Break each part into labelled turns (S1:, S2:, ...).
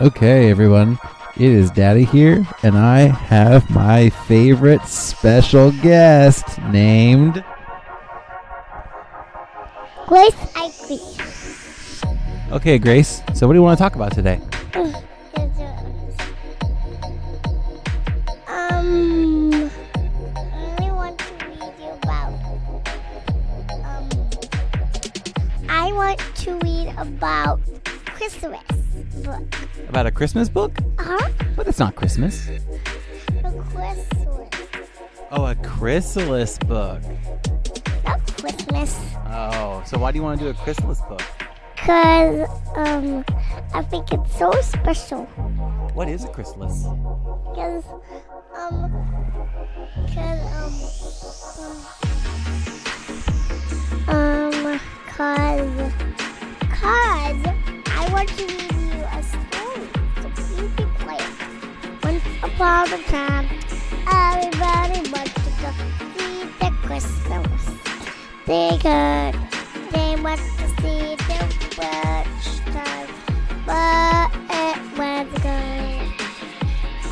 S1: Okay, everyone. It is Daddy here, and I have my favorite special guest named.
S2: Grace I agree.
S1: Okay, Grace. So, what do you want to talk about today?
S2: Um, I really want to read you about. Um, I want to read about Christmas book.
S1: About a Christmas book?
S2: Huh?
S1: But it's not Christmas.
S2: A Christmas.
S1: Oh, a chrysalis book.
S2: Not Christmas.
S1: Oh, so why do you want to do a chrysalis book?
S2: Cause um, I think it's so special.
S1: What is a chrysalis?
S2: Cause um, cause um, um, um, cause, cause I want to read you a story. So please be quiet. Once upon a time, everybody wanted to go see the Christmas. They could. They want to see the first time, but it was good.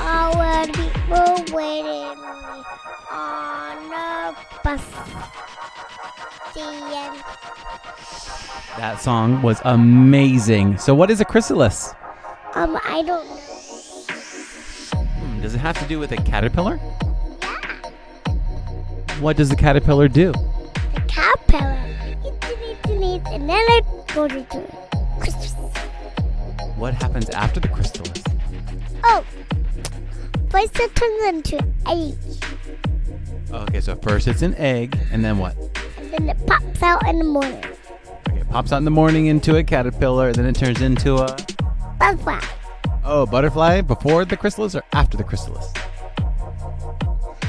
S2: All the people waiting on a bus. The end.
S1: That song was amazing. So, what is a chrysalis?
S2: Um, I don't know.
S1: Hmm, does it have to do with a caterpillar?
S2: Yeah,
S1: What does the caterpillar do?
S2: the caterpillar. It's an it's an it's and then I go to do it. Christmas.
S1: What happens after the chrysalis?
S2: Oh, first it turns into egg,
S1: Okay, so first it's an egg, and then what?
S2: and then it pops out in the morning.
S1: Okay, it pops out in the morning into a caterpillar, and then it turns into a
S2: Butterfly.
S1: oh a butterfly before the chrysalis or after the chrysalis?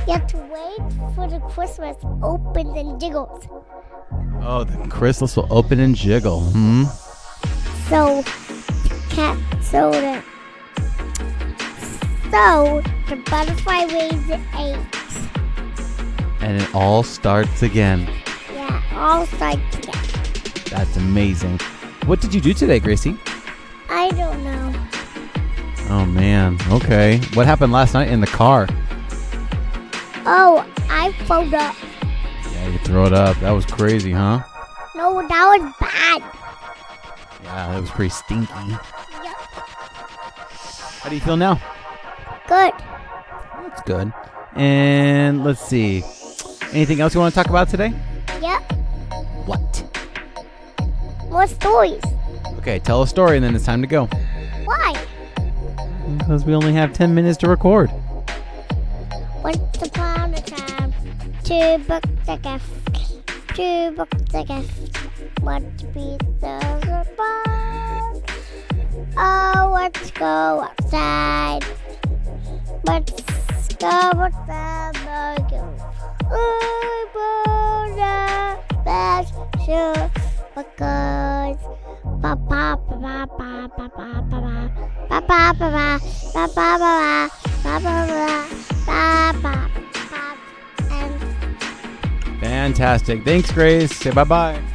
S2: You have to wait for the Christmas opens and jiggles.
S1: Oh, the chrysalis will open and jiggle. Hmm.
S2: So, cat soda. So, the butterfly weighs eggs.
S1: And it all starts again.
S2: Yeah, all sides together.
S1: That's amazing. What did you do today, Gracie?
S2: I don't know.
S1: Oh man. Okay. What happened last night in the car?
S2: Oh, I found up.
S1: Yeah, you throw it up. That was crazy, huh?
S2: No, that was bad.
S1: Yeah, that was pretty stinky. How
S2: Yup.
S1: do you feel now?
S2: Good.
S1: That's good. And let's see. Anything else you want to talk about today?
S2: Yep.
S1: What?
S2: More stories.
S1: Okay, tell a story and then it's time to go.
S2: Why?
S1: Because we only have 10 minutes to record.
S2: Once upon a time, two books a gift, two books a gift. What to be the box? Oh, let's go outside. Let's go outside the game. I wanna bash you because ba ba ba ba ba ba ba ba ba ba ba ba ba ba ba ba ba ba ba ba and
S1: Fantastic. Thanks, Grace. Say bye bye.